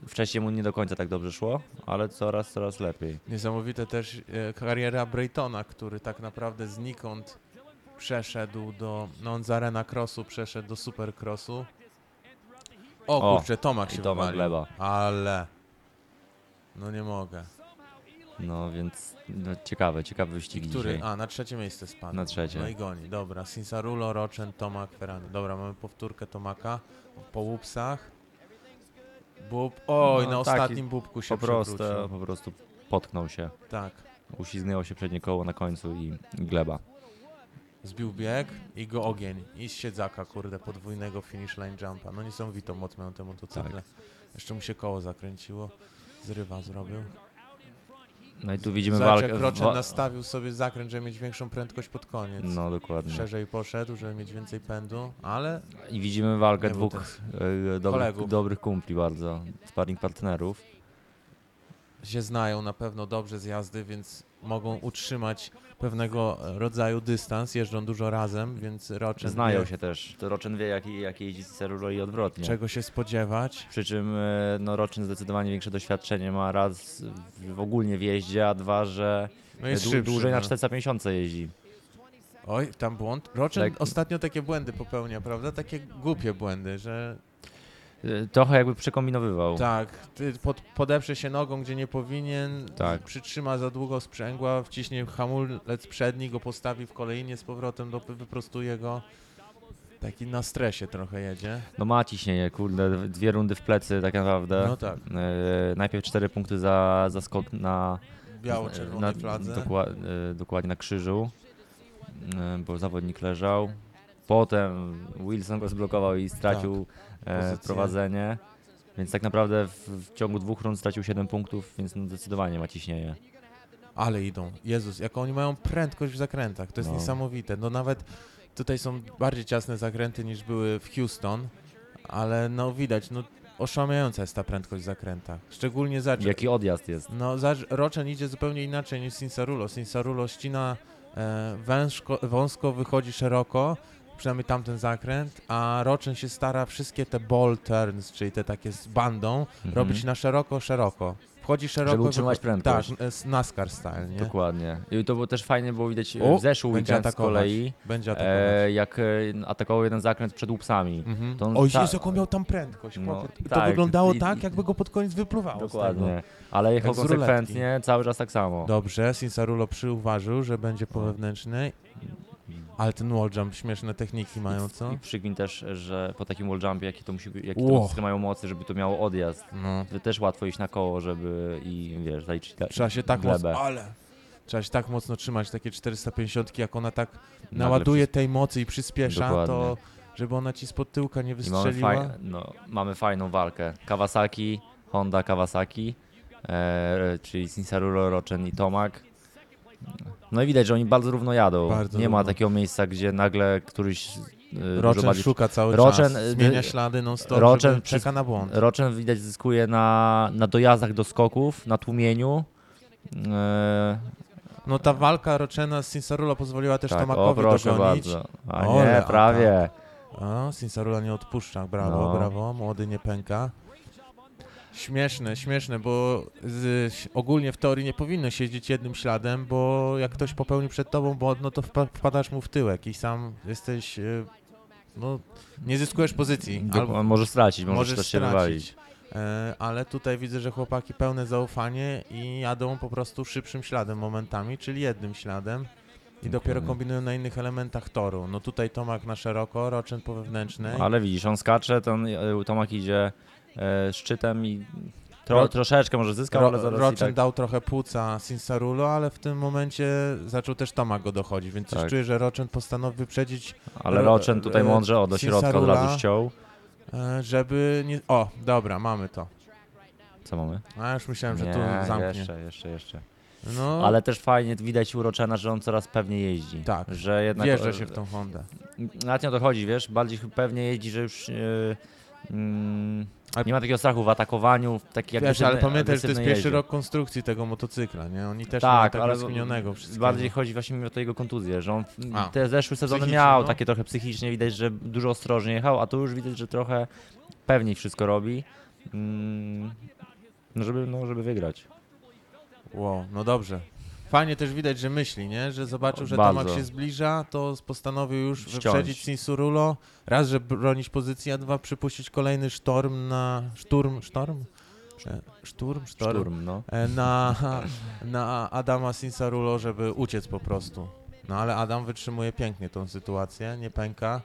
e, wcześniej mu nie do końca tak dobrze szło, ale coraz, coraz lepiej. Niesamowite też e, kariera Braytona, który tak naprawdę znikąd przeszedł do. No on z arena crossu przeszedł do super crossu. O, O, kurczę, I Tomak Tak się Tomek wywalił. Gleba. Ale. No nie mogę. No więc no, ciekawe, ciekawy I wyścig który? dzisiaj. A, na trzecie miejsce spadł. Na trzecie. No i goni. Dobra, Sinsarulo, Rochen, Tomak, Ferrani. Dobra, mamy powtórkę Tomaka po łupsach. Bub. Oj, No, na taki ostatnim bubku się Po prostu, przewrócił. po prostu potknął się. Tak. Uślizgnęło się przednie koło na końcu i i gleba. Zbił bieg i go ogień. I z siedzaka, kurde, podwójnego finish line jumpa. No niesamowitą moc miał ten motocykl. Tak. Jeszcze mu się koło zakręciło. Zrywa zrobił. No i tu widzimy Zobacz, walkę. jak Rochen wa- nastawił sobie zakręt, żeby mieć większą prędkość pod koniec. No dokładnie. Szerzej poszedł, żeby mieć więcej pędu, ale I widzimy walkę Nie był dwóch e, dobrych, Kolegów. dobrych kumpli bardzo, sparring partnerów. się znają na pewno dobrze z jazdy, więc mogą utrzymać pewnego rodzaju dystans. Jeżdżą dużo razem, więc Rochen Znają wie, się też. To Rochen wie, jak, jak jeździ Cerulo i odwrotnie. czego się spodziewać. Przy czym e, no, Rochen zdecydowanie większe doświadczenie ma raz w, w ogólnie w jeździe, a dwa, że No jest dłu- szybszy, dłużej na no. 450 jeździ. Oj, tam błąd. Rochen Tak. ostatnio takie błędy popełnia, prawda? Takie głupie błędy, że E, Trochę jakby przekombinowywał. tak, ty pod, podeprze się nogą, gdzie nie powinien, Tak. przytrzyma za długo sprzęgła, wciśnie hamulec przedni, go postawi w kolejnie z powrotem, do, wyprostuje go. Taki na stresie trochę jedzie. No ma ciśnienie, kurde, dwie rundy w plecy tak naprawdę. No tak. E, najpierw cztery punkty za, za skok na, Biało-czerwonej na- fladze. dokła- e, dokładnie na krzyżu, e, bo zawodnik leżał. Potem Wilson go zblokował i stracił e, Tak, pozycję. prowadzenie. Więc tak naprawdę w, w ciągu dwóch rund stracił 7 punktów, więc no zdecydowanie ma ciśnienie. Ale idą. Jezus, jaką oni mają prędkość w zakrętach. To jest No. niesamowite. No nawet tutaj są bardziej ciasne zakręty niż były w Houston, ale no widać, no oszałamiająca jest ta prędkość zakręta. Szczególnie za Jaki odjazd *laughs* jest? No, za Roczen idzie zupełnie inaczej niż Sinsarulo. Sinsarulo ścina e, wężko, wąsko, wychodzi szeroko, przynajmniej tamten zakręt, a Roczen się stara wszystkie te ball turns, czyli te takie z bandą, robić na szeroko, szeroko. Wchodzi szeroko. Mhm. Żeby utrzymać wycho- prędkość. Tak, e, s- NASCAR style, nie? Dokładnie. I to było też fajnie, było widać O, o, w zeszły będzie weekend z atakować. kolei, Będzie atakować. e, jak e, atakował jeden zakręt przed łupsami. Mhm. to on O ta- Jezu, jaką miał tam prędkość. No, chłopie. to tak. wyglądało I- tak, i- jakby go pod koniec wypluwało. Z tego. Dokładnie. Ale jechał Jak z konsekwentnie, cały czas tak samo. Dobrze, Sinsarulo przyuważył, że będzie po wewnętrznej, ale ten wall jump, śmieszne techniki mają, co? I przygmin też, że po takim wall jumpie, jakie to musi być, jakie Ło. to ekstra mają mocy, żeby to miało odjazd. No. To też łatwo iść na koło, żeby i wiesz, zaliczyć tak. Trzeba się tak Glebę. mocno, ale... Trzeba się tak mocno trzymać, takie 450, jak ona tak naładuje tej mocy i przyspiesza, to Dokładnie. żeby ona ci spod tyłka nie I mamy, wystrzeliła. faj... no, mamy fajną walkę. Kawasaki, Honda Kawasaki, e, czyli Sinsarulo, Rochen i Tomak. No i widać, że oni bardzo równo jadą. Bardzo Nie ma równo. takiego miejsca, gdzie nagle któryś e, dużo Roczen bardziej... szuka cały Roczen, czas, y, zmienia y, ślady non-stop, Roczen żeby przez- czeka na błąd. Rochen widać zyskuje na, na dojazdach do skoków, na tłumieniu. E, No ta walka Roczena z Sinsarulo pozwoliła też Tak, o, Tomakowi proszę dogonić. bardzo. A Ole, nie, a prawie. O, Sinsarula nie odpuszcza, brawo, No. brawo, młody nie pęka. Śmieszne, śmieszne, bo z, ogólnie w teorii nie powinno się jeździć jednym śladem, bo jak ktoś popełni przed tobą błąd, no to wpa- wpadasz mu w tyłek i sam jesteś, e, no, nie zyskujesz pozycji, Dok- albo Może stracić, może możesz też się stracić. wywalić. E, ale tutaj widzę, że chłopaki pełne zaufanie i jadą po prostu szybszym śladem momentami, czyli jednym śladem. I dopiero Dokładnie. kombinują na innych elementach toru. No tutaj Tomak na szeroko, Roczyn po wewnętrznej. Ale widzisz, on skacze, ten e, Tomak idzie e, szczytem i tro, Ro- troszeczkę może zyskał, Ro- ale zaraz i Roczyn tak... dał trochę płuca Sinsarulo, ale w tym momencie zaczął też Tomak go dochodzić, więc coś Tak. czuję, że Roczyn postanowił wyprzedzić, Ale Ro- Rochen tutaj e, mądrze od do środka od Cinsarula. razu ściął. e, żeby nie... O, dobra, mamy to. Co mamy? A już myślałem, że nie, tu zamknie. jeszcze, jeszcze, jeszcze. No, Ale też fajnie widać u Rochena, że on coraz pewniej jeździ. Tak. Że jednak... e, wjeżdża się w tą Hondę. Nawet nie o to chodzi, wiesz, bardziej pewnie jeździ, że już... e, mm, Ale- nie ma takiego strachu w atakowaniu, w taki Wiesz, ale agresywny- pamiętaj, że to jest agresywny pierwszy jeździe. rok konstrukcji tego motocykla, nie? Oni też Tak, mają tak ale- rozkminionego wszystkiego. Bardziej chodzi właśnie mi o to jego kontuzję, że on w- A. te zeszłe sezony Psychicznie, miał no. takie trochę psychicznie, widać, że dużo ostrożnie jechał, a tu już widać, że trochę pewniej wszystko robi, mm, no żeby, no żeby wygrać. Wow, no dobrze. Fajnie też widać, że myśli, nie? Że zobaczył, że Bardzo. Tomak się zbliża, to postanowił już Ściąć. wyprzedzić Sinsurulo. Raz, że bronić pozycji, a dwa, przypuścić kolejny sztorm na... Szturm? Sztorm? E, Szturm? Sztorm? Szturm, no. E, Na, na Adama Sinsarulo, żeby uciec po prostu. No ale Adam wytrzymuje pięknie tą sytuację, nie pęka,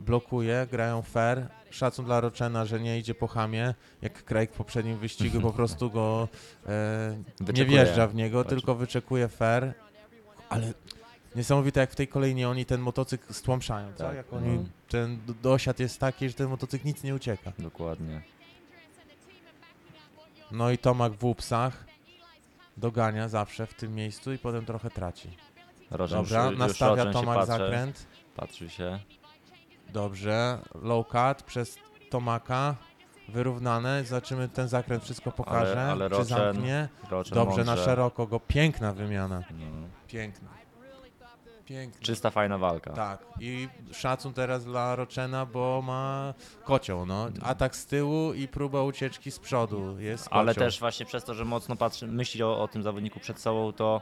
blokuje, grają fair. Szacun dla Roczena, że nie idzie po hamie, jak Craig w poprzednim wyścigu po prostu go e, nie Wyczekuje. wjeżdża w niego, Patrz. tylko wyczekuje fair. Ale niesamowite, jak w tej kolejni oni ten motocykl stłamszają, co? Tak, Jak oni, no. Ten d- dosiad jest taki, że ten motocykl nic nie ucieka. Dokładnie. No i Tomak w łupsach dogania zawsze w tym miejscu i potem trochę traci. Roczem, Dobra, już, nastawia już Roczem Tomak się patrzy, zakręt. Patrzy się. Dobrze, low cut przez Tomaka. Wyrównane, zobaczymy ten zakręt, wszystko pokaże, ale czy Rochen zamknie. Roczem Dobrze, na mądrze. szeroko go, piękna wymiana. No. Piękna. Piękna. Czysta, fajna walka. Tak, i szacun teraz dla Rochena, bo ma kocioł, no. Atak z tyłu i próba ucieczki z przodu, jest kocioł. Ale też właśnie przez to, że mocno patrzy, myśli o, o tym zawodniku przed sobą, to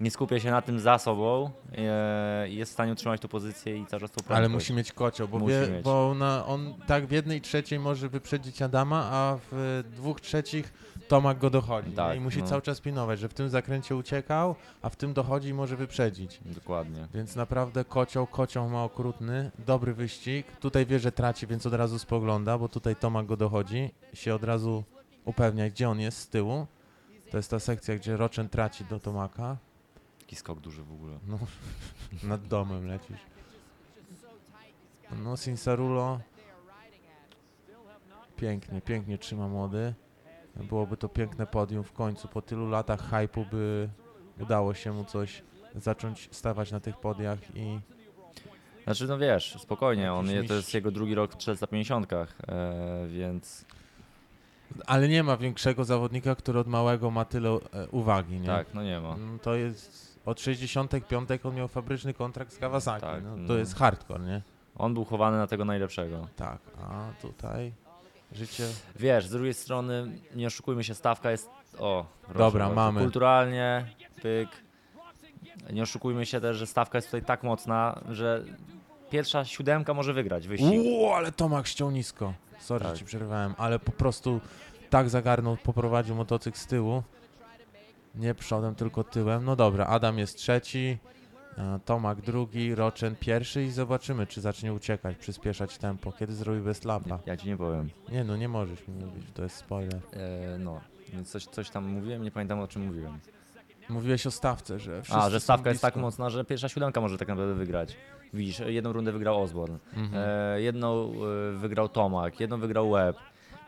nie skupia się na tym za sobą e, i jest w stanie utrzymać tą pozycję i cały czas tą prędkość. Ale musi mieć kocioł, bo, Musi wie, mieć. bo na, on tak w jednej trzeciej może wyprzedzić Adama, a w y, dwóch trzecich Tomak go dochodzi. nie? Tak, I musi no. cały czas pilnować, że w tym zakręcie uciekał, a w tym dochodzi i może wyprzedzić. Dokładnie. Więc naprawdę kocioł, kocioł ma okrutny, dobry wyścig. Tutaj wie, że traci, więc od razu spogląda, bo tutaj Tomak go dochodzi, się od razu upewnia, gdzie on jest z tyłu. To jest ta sekcja, gdzie Roczen traci do Tomaka. Taki skok duży w ogóle. No, *laughs* nad domem lecisz. No, Sinsarulo. Pięknie, pięknie trzyma młody. Byłoby to piękne podium w końcu. Po tylu latach hypu by udało się mu coś zacząć stawać na tych podiach i Znaczy, no wiesz, spokojnie, on Jakiś je, to mistrz. jest jego drugi rok w 450, e, więc Ale nie ma większego zawodnika, który od małego ma tyle e, uwagi, nie? Tak, no nie ma. No, to jest od 65 on miał fabryczny kontrakt z Kawasaki. Tak, no, to no. jest hardcore, nie? On był chowany na tego najlepszego. Tak, a tutaj życie. Wiesz, z drugiej strony, nie oszukujmy się, stawka jest. O, proszę Dobra, bardzo. mamy. Kulturalnie, pyk. Nie oszukujmy się też, że stawka jest tutaj tak mocna, że pierwsza siódemka może wygrać wyścig. Uuu, ale Tomak ściął nisko. Sorry, Tak. że ci przerwałem, ale po prostu tak zagarnął, poprowadził motocykl z tyłu. Nie przodem, tylko tyłem. No dobra, Adam jest trzeci, e, Tomak drugi, Roczen pierwszy i zobaczymy, czy zacznie uciekać, przyspieszać tempo. Kiedy zrobi bez lapa? Ja ci nie powiem. Nie no, nie możesz mi mówić, to jest spoiler. E, no, więc coś, coś tam mówiłem, nie pamiętam o czym mówiłem. Mówiłeś o stawce, że wszyscy A, że są stawka jest blisko. tak mocna, że pierwsza siódemka może tak naprawdę wygrać. Widzisz, jedną rundę wygrał Osborne, Mhm. e, jedną e, wygrał Tomak, jedną wygrał Webb.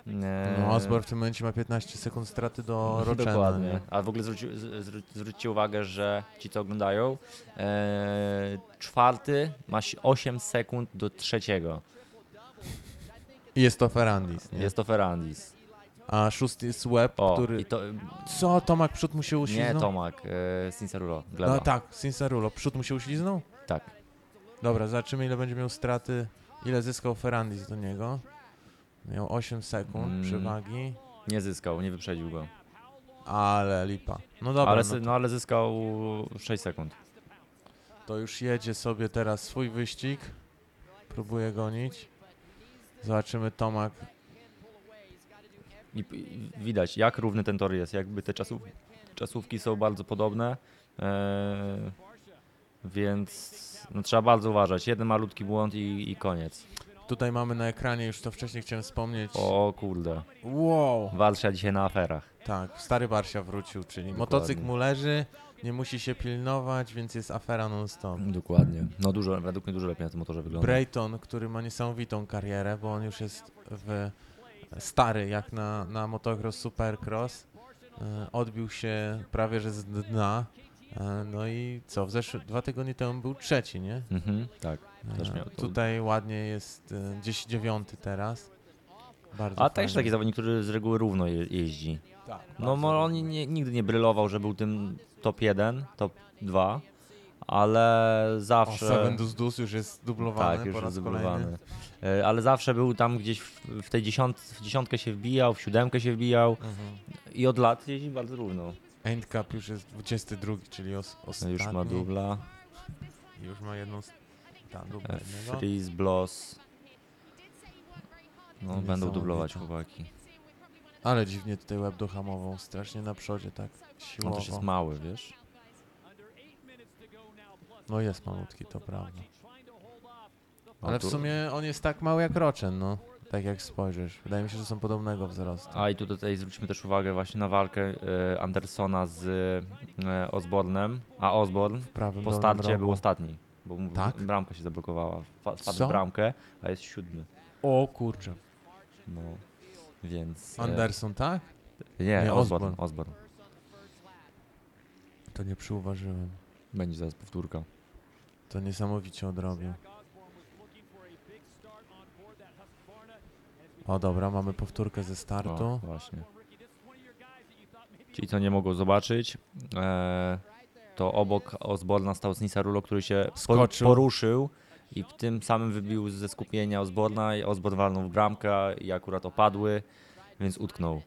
E, No, Osborne w tym momencie ma 15 sekund straty *laughs* do *laughs* Roczena. Dokładnie. A w ogóle zwróci, z- zwró- zwróćcie uwagę, że ci co oglądają, e, czwarty ma si- 8 sekund do trzeciego. I jest to Ferrandis. Nie? Jest to Ferrandis. A szósty jest Web, O, który... i to, Co, Tomak przód mu się uśliznął? nie Tomak, e, Sincerulo. Gleba. No tak, Sincerulo, przód mu się uśliznął? tak. Dobra, zobaczymy ile będzie miał straty, ile zyskał Ferrandis do niego. Miał 8 sekund Mm. przewagi, Nie zyskał, nie wyprzedził go. ale lipa. No dobra, ale, no sy- no, ale zyskał 6 sekund. To już jedzie sobie teraz swój wyścig. Próbuje gonić. Zobaczymy Tomak. I, I widać, jak równy ten tor jest. Jakby te czasów, czasówki są bardzo podobne. E, więc no, trzeba bardzo uważać. Jeden malutki błąd i, i koniec. Tutaj mamy na ekranie, już to wcześniej chciałem wspomnieć. O kurde, Wow! walcza dzisiaj na aferach. Tak, stary Barsia wrócił, czyli motocykl mu leży, nie musi się pilnować, więc jest afera non-stop. Dokładnie. No dużo, według mnie dużo lepiej na tym motorze wygląda. Brayton, który ma niesamowitą karierę, bo on już jest w stary jak na, na motocross supercross. E, Odbił się prawie że z dna. E, No i co, w zeszły, dwa tygodnie temu był trzeci, nie? mhm, tak. E, Też miał to- Tutaj ładnie jest e, 10-9 teraz. Bardzo A też fajnie. taki zawodnik, który z reguły równo je, jeździ. Tak, No bardzo mo- on ładnie. nie, nigdy nie brylował, że był tym top 1, top 2, ale O, zawsze... Seven Dus Dus już jest dublowany tak, już po raz kolejny. zdoblowany. E, Ale zawsze był tam gdzieś w, w tej dziesiąt, w dziesiątkę się wbijał, w siódemkę się wbijał Mhm. i od lat jeździ bardzo równo. Endcap już jest 22, czyli os No, ostatni. Już ma dubla, Już ma jedną... s- Ta, dubla e, jednego. freeze, bloss. No, będą Niesamowite. dublować chłopaki. Ale dziwnie tutaj łeb dohamował, strasznie na przodzie, tak On siłowo. też jest mały, wiesz? no jest malutki, to prawda. A Ale w tu- sumie on jest tak mały jak Roczen, no. Tak jak spojrzysz. Wydaje mi się, że są podobnego wzrostu. A i tu tutaj zwróćmy też uwagę właśnie na walkę e, Andersona z e, Osbornem, a Osborn W prawym po dolnym starcie rogu. był ostatni, bo mu Tak? bramka się zablokowała, Fa- wpadł Co? w bramkę, a jest siódmy. O kurczę. No, więc... e, Anderson, tak? Nie, nie, Osborn, Osborn. Osborn. To nie przyuważyłem. Będzie zaraz powtórka. To niesamowicie odrobił. O dobra, mamy powtórkę ze O, startu. właśnie. Ci, co nie mogą zobaczyć, e, to obok Osborna stał Snisarulo, który się po, Skoczył. poruszył i w tym samym wybił ze skupienia Osborna i Osborn walnął w bramkę i akurat opadły, więc utknął.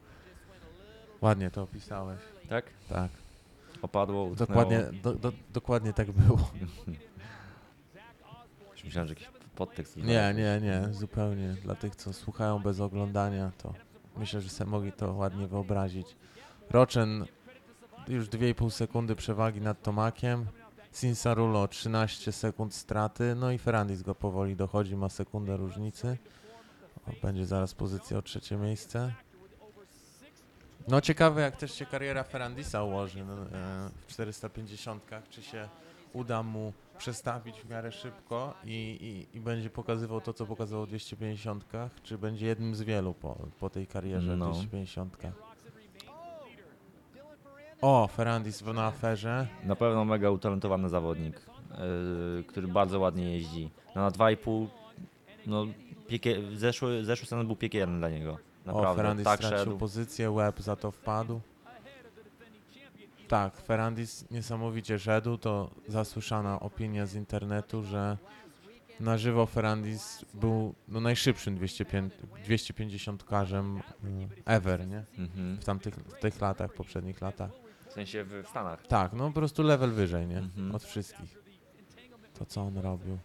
Ładnie to opisałeś. Tak? Tak. Opadło, utknęło. Dokładnie, do, do, dokładnie tak było. Już Myślałem, że jakiś podtekst. Nie, nie, nie, zupełnie. Dla tych, co słuchają bez oglądania, to myślę, że sobie mogli to ładnie wyobrazić. Roczen już 2,5 sekundy przewagi nad Tomakiem. Sinsarulo 13 sekund straty, no i Ferrandis go powoli dochodzi, ma sekundę różnicy. O, Będzie zaraz pozycja o trzecie miejsce. No ciekawe, jak też się kariera Ferrandisa ułoży no, e, w 450, czy się uda mu przestawić w miarę szybko i, i, i będzie pokazywał to, co pokazywał w 250, czy będzie jednym z wielu po, po tej karierze No. w 250. O, Ferrandis w- na aferze. Na pewno mega utalentowany zawodnik, yy, który bardzo ładnie jeździ. No, na 2,5 no, piekie, zeszły, zeszły sezon był piekielny dla niego. O, Naprawdę, Ferrandis tak stracił szedł. pozycję, łeb za to wpadł. Tak, Ferrandis niesamowicie szedł, to zasłyszana opinia z internetu, że na żywo Ferrandis był no, najszybszym 205 250-karzem y, ever, nie? Mhm. W tamtych w tych latach, poprzednich latach. W sensie w w Stanach. Tak, no po prostu level wyżej, nie? Mhm. Od wszystkich. To co on robił.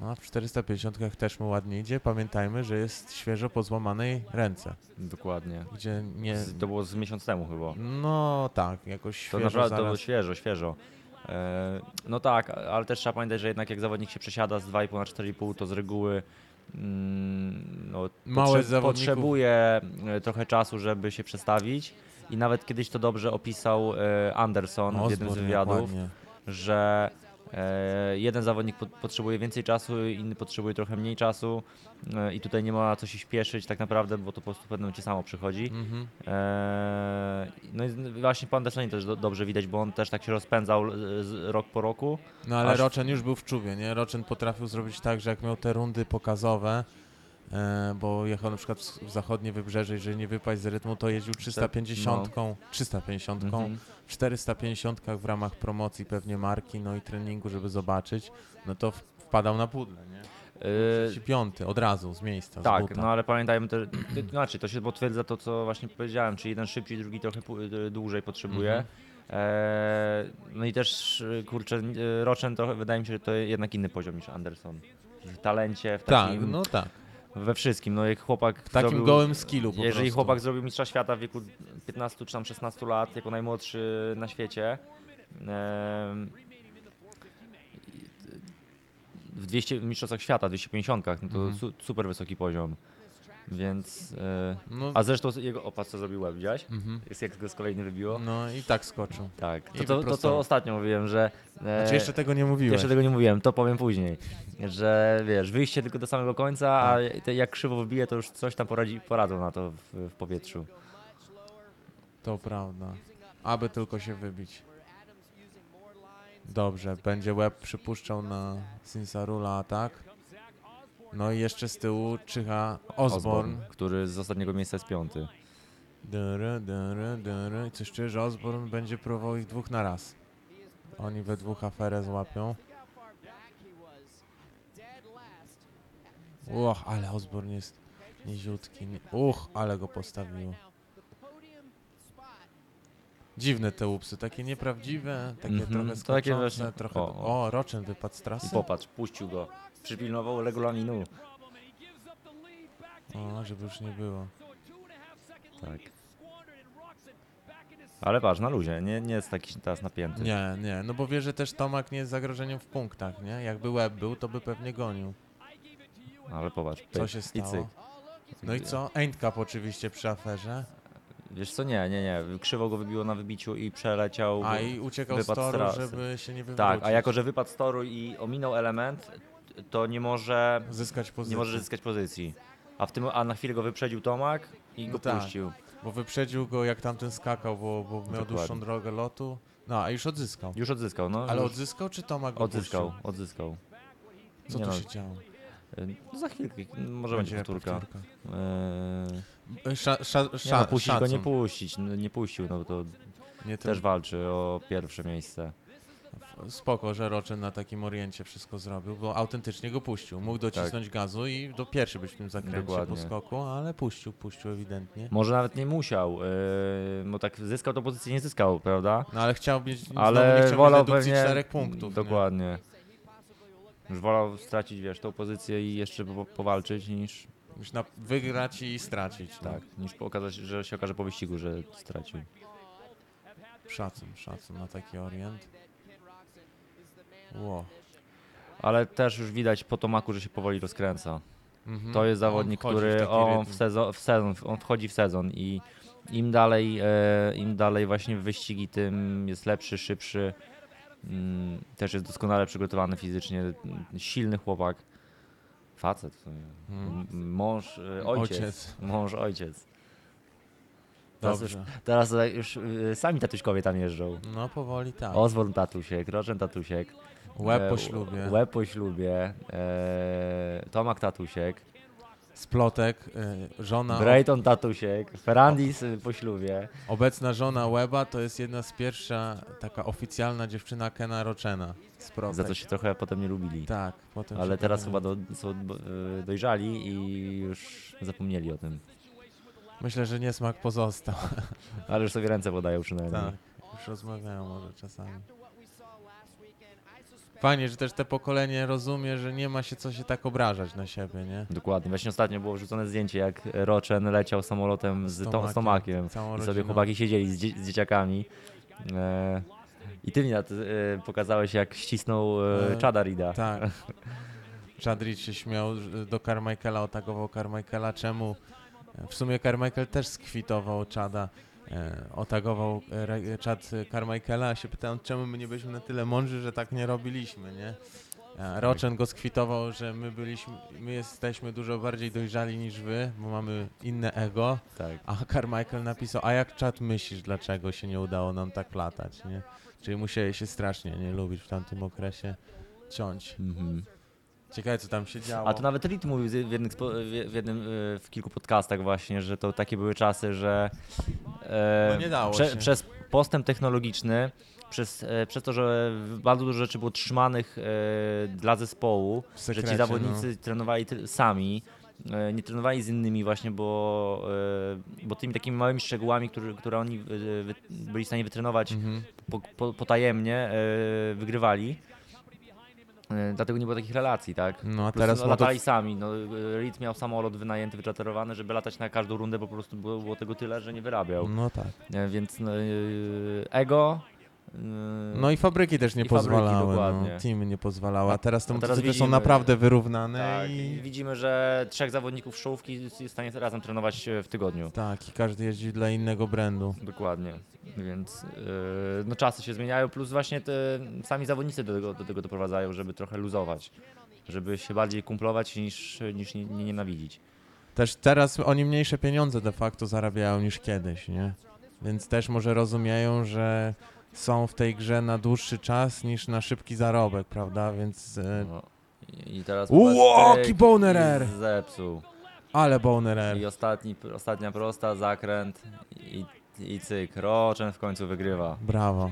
No, w 450 też mu ładnie idzie. Pamiętajmy, że jest świeżo po złamanej ręce, Dokładnie. gdzie nie... Z, to było z miesiąc temu chyba. No tak, jakoś To świeżo naprawdę to było zaraz. świeżo, świeżo. E, No tak, ale też trzeba pamiętać, że jednak jak zawodnik się przesiada z 2,5 na 4,5, to z reguły mm, no, Małe potrze- zawodników. potrzebuje e, trochę czasu, żeby się przestawić. I nawet kiedyś to dobrze opisał e, Anderson w jednym z Osborne, wywiadów, dokładnie. że e, jeden zawodnik po- potrzebuje więcej czasu, inny potrzebuje trochę mniej czasu e, i tutaj nie ma co się śpieszyć tak naprawdę, bo to po prostu w pewnym momencie samo przychodzi. Mhm. Eee, No i z- właśnie po Andersonie też do, dobrze widać, bo on też tak się rozpędzał e, z, rok po roku. No ale Aż- Roczen już był w czubie, nie? Roczen potrafił zrobić tak, że jak miał te rundy pokazowe, e, bo jechał na przykład w w zachodnie wybrzeże i żeby nie wypaść z rytmu, to jeździł 350, 350, no. Mhm. 450 w ramach promocji pewnie marki, no i treningu, żeby zobaczyć, no to w- wpadał na pudle, nie? Eee, 35 od razu z miejsca, z tak, buta. no ale pamiętajmy też, to znaczy to się potwierdza to, co właśnie powiedziałem, czyli jeden szybciej, drugi trochę pu- dłużej potrzebuje. Mhm. Eee, no i też, e, kurczę, e, Rochen trochę, wydaje mi się, że to jednak inny poziom niż Anderson. W talencie, w Tak, takim, no tak. we wszystkim, no jak chłopak W takim zrobił- gołym skillu po Jeżeli prostu. chłopak zrobił mistrza świata w wieku 15 czy tam 16 lat, jako najmłodszy na świecie, em, w 200 mistrzostwach świata, 250, no to Mhm. su, super wysoki poziom. Więc. e, No, a zresztą jego opas, co zrobił, łeb, widziałeś? mhm. Jest jak go z kolei nie wybiło. no i tak skoczył. Tak. I To, to, to, wyprostował. to ostatnio mówiłem, że. e, Znaczy jeszcze tego nie mówiłeś. jeszcze tego nie mówiłem, to powiem później. Że wiesz, wyjście tylko do samego końca, a Tak. te- jak krzywo wbije, to już coś tam poradzi, poradzą na to w, w powietrzu. To prawda. Aby tylko się wybić. Dobrze, będzie łeb przypuszczał na Sinsarula atak. No i jeszcze z tyłu czyha Osborn. który z ostatniego miejsca jest piąty. Dyry, dyry, dyry. I Coś czuję, że Osborn będzie próbował ich dwóch na raz. Oni we dwóch aferę złapią. Uch, ale Osborn jest niziutki. Nie- Uch, ale go postawiło. Dziwne te łupsy, takie nieprawdziwe, takie Mhm, trochę to takie skończone, właśnie- trochę... o, o. O, Roczem wypadł z I trasy? popatrz, puścił go. Przypilnował regulaminu. O, żeby już nie było. Tak. Ale patrz, na luzie, nie, nie jest taki teraz napięty. Nie, nie, no bo wie, że też Tomak nie jest zagrożeniem w punktach, nie? Jakby łeb był, to by pewnie gonił. Ale popatrz, Co pyk się i cyk. stało? No i co? Endcap oczywiście przy aferze. Wiesz co, nie, nie, nie. Krzywo go wybiło na wybiciu i przeleciał. A i uciekał z wypadł z toru, trasy. żeby się nie wywrócić. Tak, a jako, że wypadł z toru i ominął element, to nie może, Zyskać pozycję. nie może zyskać pozycji. A, w tym, a na chwilę go wyprzedził Tomak i go No tak. puścił. Bo wyprzedził go, jak tamten skakał, bo, bo miał Dokładnie. dłuższą drogę lotu. No, a już odzyskał. Już odzyskał, no. Ale już odzyskał, czy Tomak go odzyskał, puścił? odzyskał. Co Nie tu no, się działo? y, no, za chwilkę, może będzie powtórka. powtórka. Eee, Sza, sza, Nie, no, sza, puścić go szacun. nie puścić, no, nie puścił, no to Nie też też walczy o pierwsze miejsce. Spoko, że Roczyn na takim oriencie wszystko zrobił, bo autentycznie go puścił. Mógł docisnąć gazu i do pierwszy być w tym zakręcie Tak. Dokładnie. po skoku, ale puścił, puścił ewidentnie. Może nawet nie musiał, yy, bo tak zyskał to pozycję, nie zyskał, prawda? No ale chciał mieć, znowu nie Ale chciał mieć wolał redukcji pewnie... czterech punktów. nie? Dokładnie. Już wolał stracić, wiesz, tą pozycję i jeszcze po, powalczyć, niż, Już na, wygrać i stracić. no. tak, niż pokazać, że się okaże po wyścigu, że stracił. Szacun, szacun na taki orient. Ło. Ale też już widać po Tomaku, że się powoli rozkręca. Mhm. To jest zawodnik, wchodzi w który taki on, rytm. w sezon, w sezon, on wchodzi w sezon i im dalej, e, im dalej właśnie w wyścigi, tym jest lepszy, szybszy. Mm, też jest doskonale przygotowany fizycznie, m, silny chłopak. Facet w sumie. Mm. M- Mąż, e, ojciec. Ojciec. Mąż, ojciec. Teraz już, Dobrze. teraz e, już e, sami tatuśkowie tam jeżdżą. No powoli tak. Osborn tatusiek, Rożen tatusiek. Łeb E, po ślubie. Łeb po ślubie. E, Tomak Tatusiek. splotek, e, żona, Brayton Tatusiek, Ferrandis y, po ślubie. obecna żona Weba to jest jedna z pierwsza taka oficjalna dziewczyna Kena Rochena. Splotek. Za co się trochę potem nie lubili. Tak, potem Ale się teraz pojawił. chyba do, są y, dojrzali i już zapomnieli o tym. Myślę, że niesmak pozostał. Ale już sobie ręce podają przynajmniej. Tak, już rozmawiają może czasami. Fajnie, że też te pokolenie rozumie, że nie ma się co się tak obrażać na siebie, nie? Dokładnie. Właśnie ostatnio było wrzucone zdjęcie, jak Rochen leciał samolotem z Tomakiem. To, z Tomakiem, Tomakiem. całą I sobie rodziną. chłopaki siedzieli z, dzie- z dzieciakami. E, I ty mi na- e, pokazałeś, jak ścisnął e, E, Chada Rida. Tak. Chadrit się śmiał że do Carmichaela, otagował Carmichaela, czemu? W sumie Carmichael też skwitował Chada. E, Otagował e, Ra- Chad Carmichaela, a się pytałem, czemu my nie byliśmy na tyle mądrzy, że tak nie robiliśmy, nie? E, Rochen go skwitował, że my byliśmy, my jesteśmy dużo bardziej dojrzali niż wy, bo mamy inne ego. tak. A Carmichael napisał, a jak czat myślisz, dlaczego się nie udało nam tak latać, nie? Czyli musieli się strasznie nie lubić w tamtym okresie ciąć. Mhm. Ciekawe, co tam się działo. A to nawet Reed mówił z- w, jednym, spo- w, w, jednym, y, w kilku podcastach właśnie, że to takie były czasy, że e, No nie dało się. przez postęp technologiczny, przez, e, przez to, że bardzo dużo rzeczy było trzymanych e, dla zespołu, W że ci sekrecie, no. zawodnicy trenowali ty- sami, e, nie trenowali z innymi właśnie, bo, e, bo tymi takimi małymi szczegółami, które, które oni e, wy, byli w stanie wytrenować Mhm. po, po, potajemnie, e, wygrywali. E, Dlatego nie było takich relacji, tak? No a Plus, teraz no, moto... latali sami. No, Reed miał samolot wynajęty, wyczarterowany, żeby latać na każdą rundę, po prostu było, było tego tyle, że nie wyrabiał. No tak. E, Więc no, e, ego. e, No i fabryki też nie I fabryki, pozwalały, dokładnie. no. teamy nie pozwalały, a teraz te A teraz motocykle są widzimy- naprawdę wyrównane tak, i no i... widzimy, że trzech zawodników czołówki jest w stanie razem trenować e, w tygodniu. Tak, i każdy jeździ dla innego brandu. Dokładnie. Więc e, no, czasy się zmieniają, plus właśnie te, sami zawodnicy do tego, do tego doprowadzają, żeby trochę luzować. Żeby się bardziej kumplować niż, niż nie, nie nienawidzić. Też teraz oni mniejsze pieniądze de facto zarabiają niż kiedyś, nie? Więc też może rozumieją, że są w tej grze na dłuższy czas niż na szybki zarobek, prawda? Więc e, No. I i teraz. Ło, popatrz, jaki pyk, boner i R. Zepsuł. ale boner R. I ostatni, ostatnia prosta, zakręt i, i cyk. Rochen w końcu wygrywa. Brawo.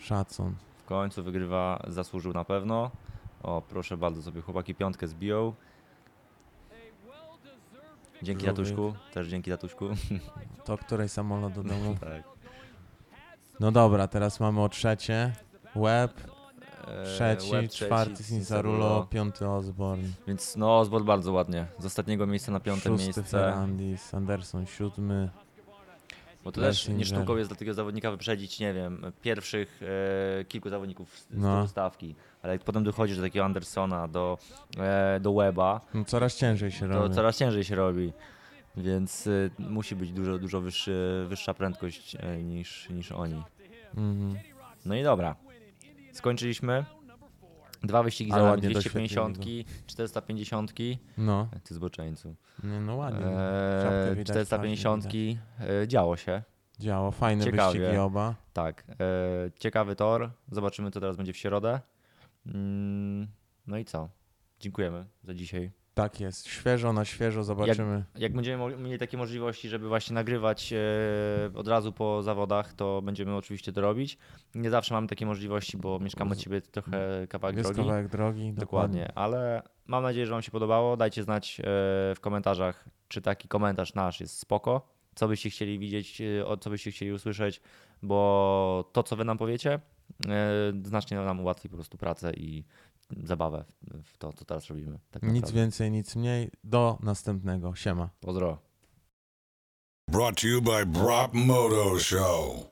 Szacun. W końcu wygrywa, zasłużył na pewno. O, proszę bardzo, sobie chłopaki piątkę zbiją. Dzięki Żółwik. tatuśku, też dzięki tatuśku. To której samolot do domu? *laughs* tak. No dobra, teraz mamy o trzecie. Web, E, trzeci, łeb czwarty Cinsarulo, piąty Osborne, Więc no, Osborne bardzo ładnie. Z ostatniego miejsca na piąte szósty miejsce. Ferrandis, Anderson siódmy. Bo to też nie Lessinger. sztuką jest dla takiego zawodnika wyprzedzić, nie wiem, pierwszych e, kilku zawodników z, z No. topu stawki. Ale jak potem dochodzisz do takiego Andersona, do, e, do Weba, No coraz ciężej się to robi. coraz ciężej się robi. Więc e, musi być dużo, dużo wyższy, wyższa prędkość e, niż, niż oni. Mhm. No i dobra. Skończyliśmy. Dwa wyścigi Ale za nami, ładnie 250, 450. No, Ty zboczeńcu. nie, no ładnie. E, Czapkę widać, 450 twarz nie e, działo się. Działa, fajne Ciekawie. wyścigi oba. Tak. E, ciekawy tor. Zobaczymy, co teraz będzie w środę. Mm, no i co? Dziękujemy za dzisiaj. Tak jest, świeżo na świeżo zobaczymy. Jak będziemy mo- mieli takie możliwości, żeby właśnie nagrywać e, od razu po zawodach, to będziemy oczywiście to robić. Nie zawsze mamy takie możliwości, bo mieszkamy od siebie trochę kawałek Jest drogi. kawałek drogi, dokładnie. Dokładnie, ale mam nadzieję, że Wam się podobało. Dajcie znać e, w komentarzach, czy taki komentarz nasz jest spoko, co byście chcieli widzieć, e, o co byście chcieli usłyszeć, bo to, co Wy nam powiecie, e, znacznie nam ułatwi po prostu pracę i zabawę w- w to, co teraz robimy. Tak Nic naprawdę. więcej, nic mniej. Do następnego. Siema. Pozdro. Brought to you by Brop Moto Show.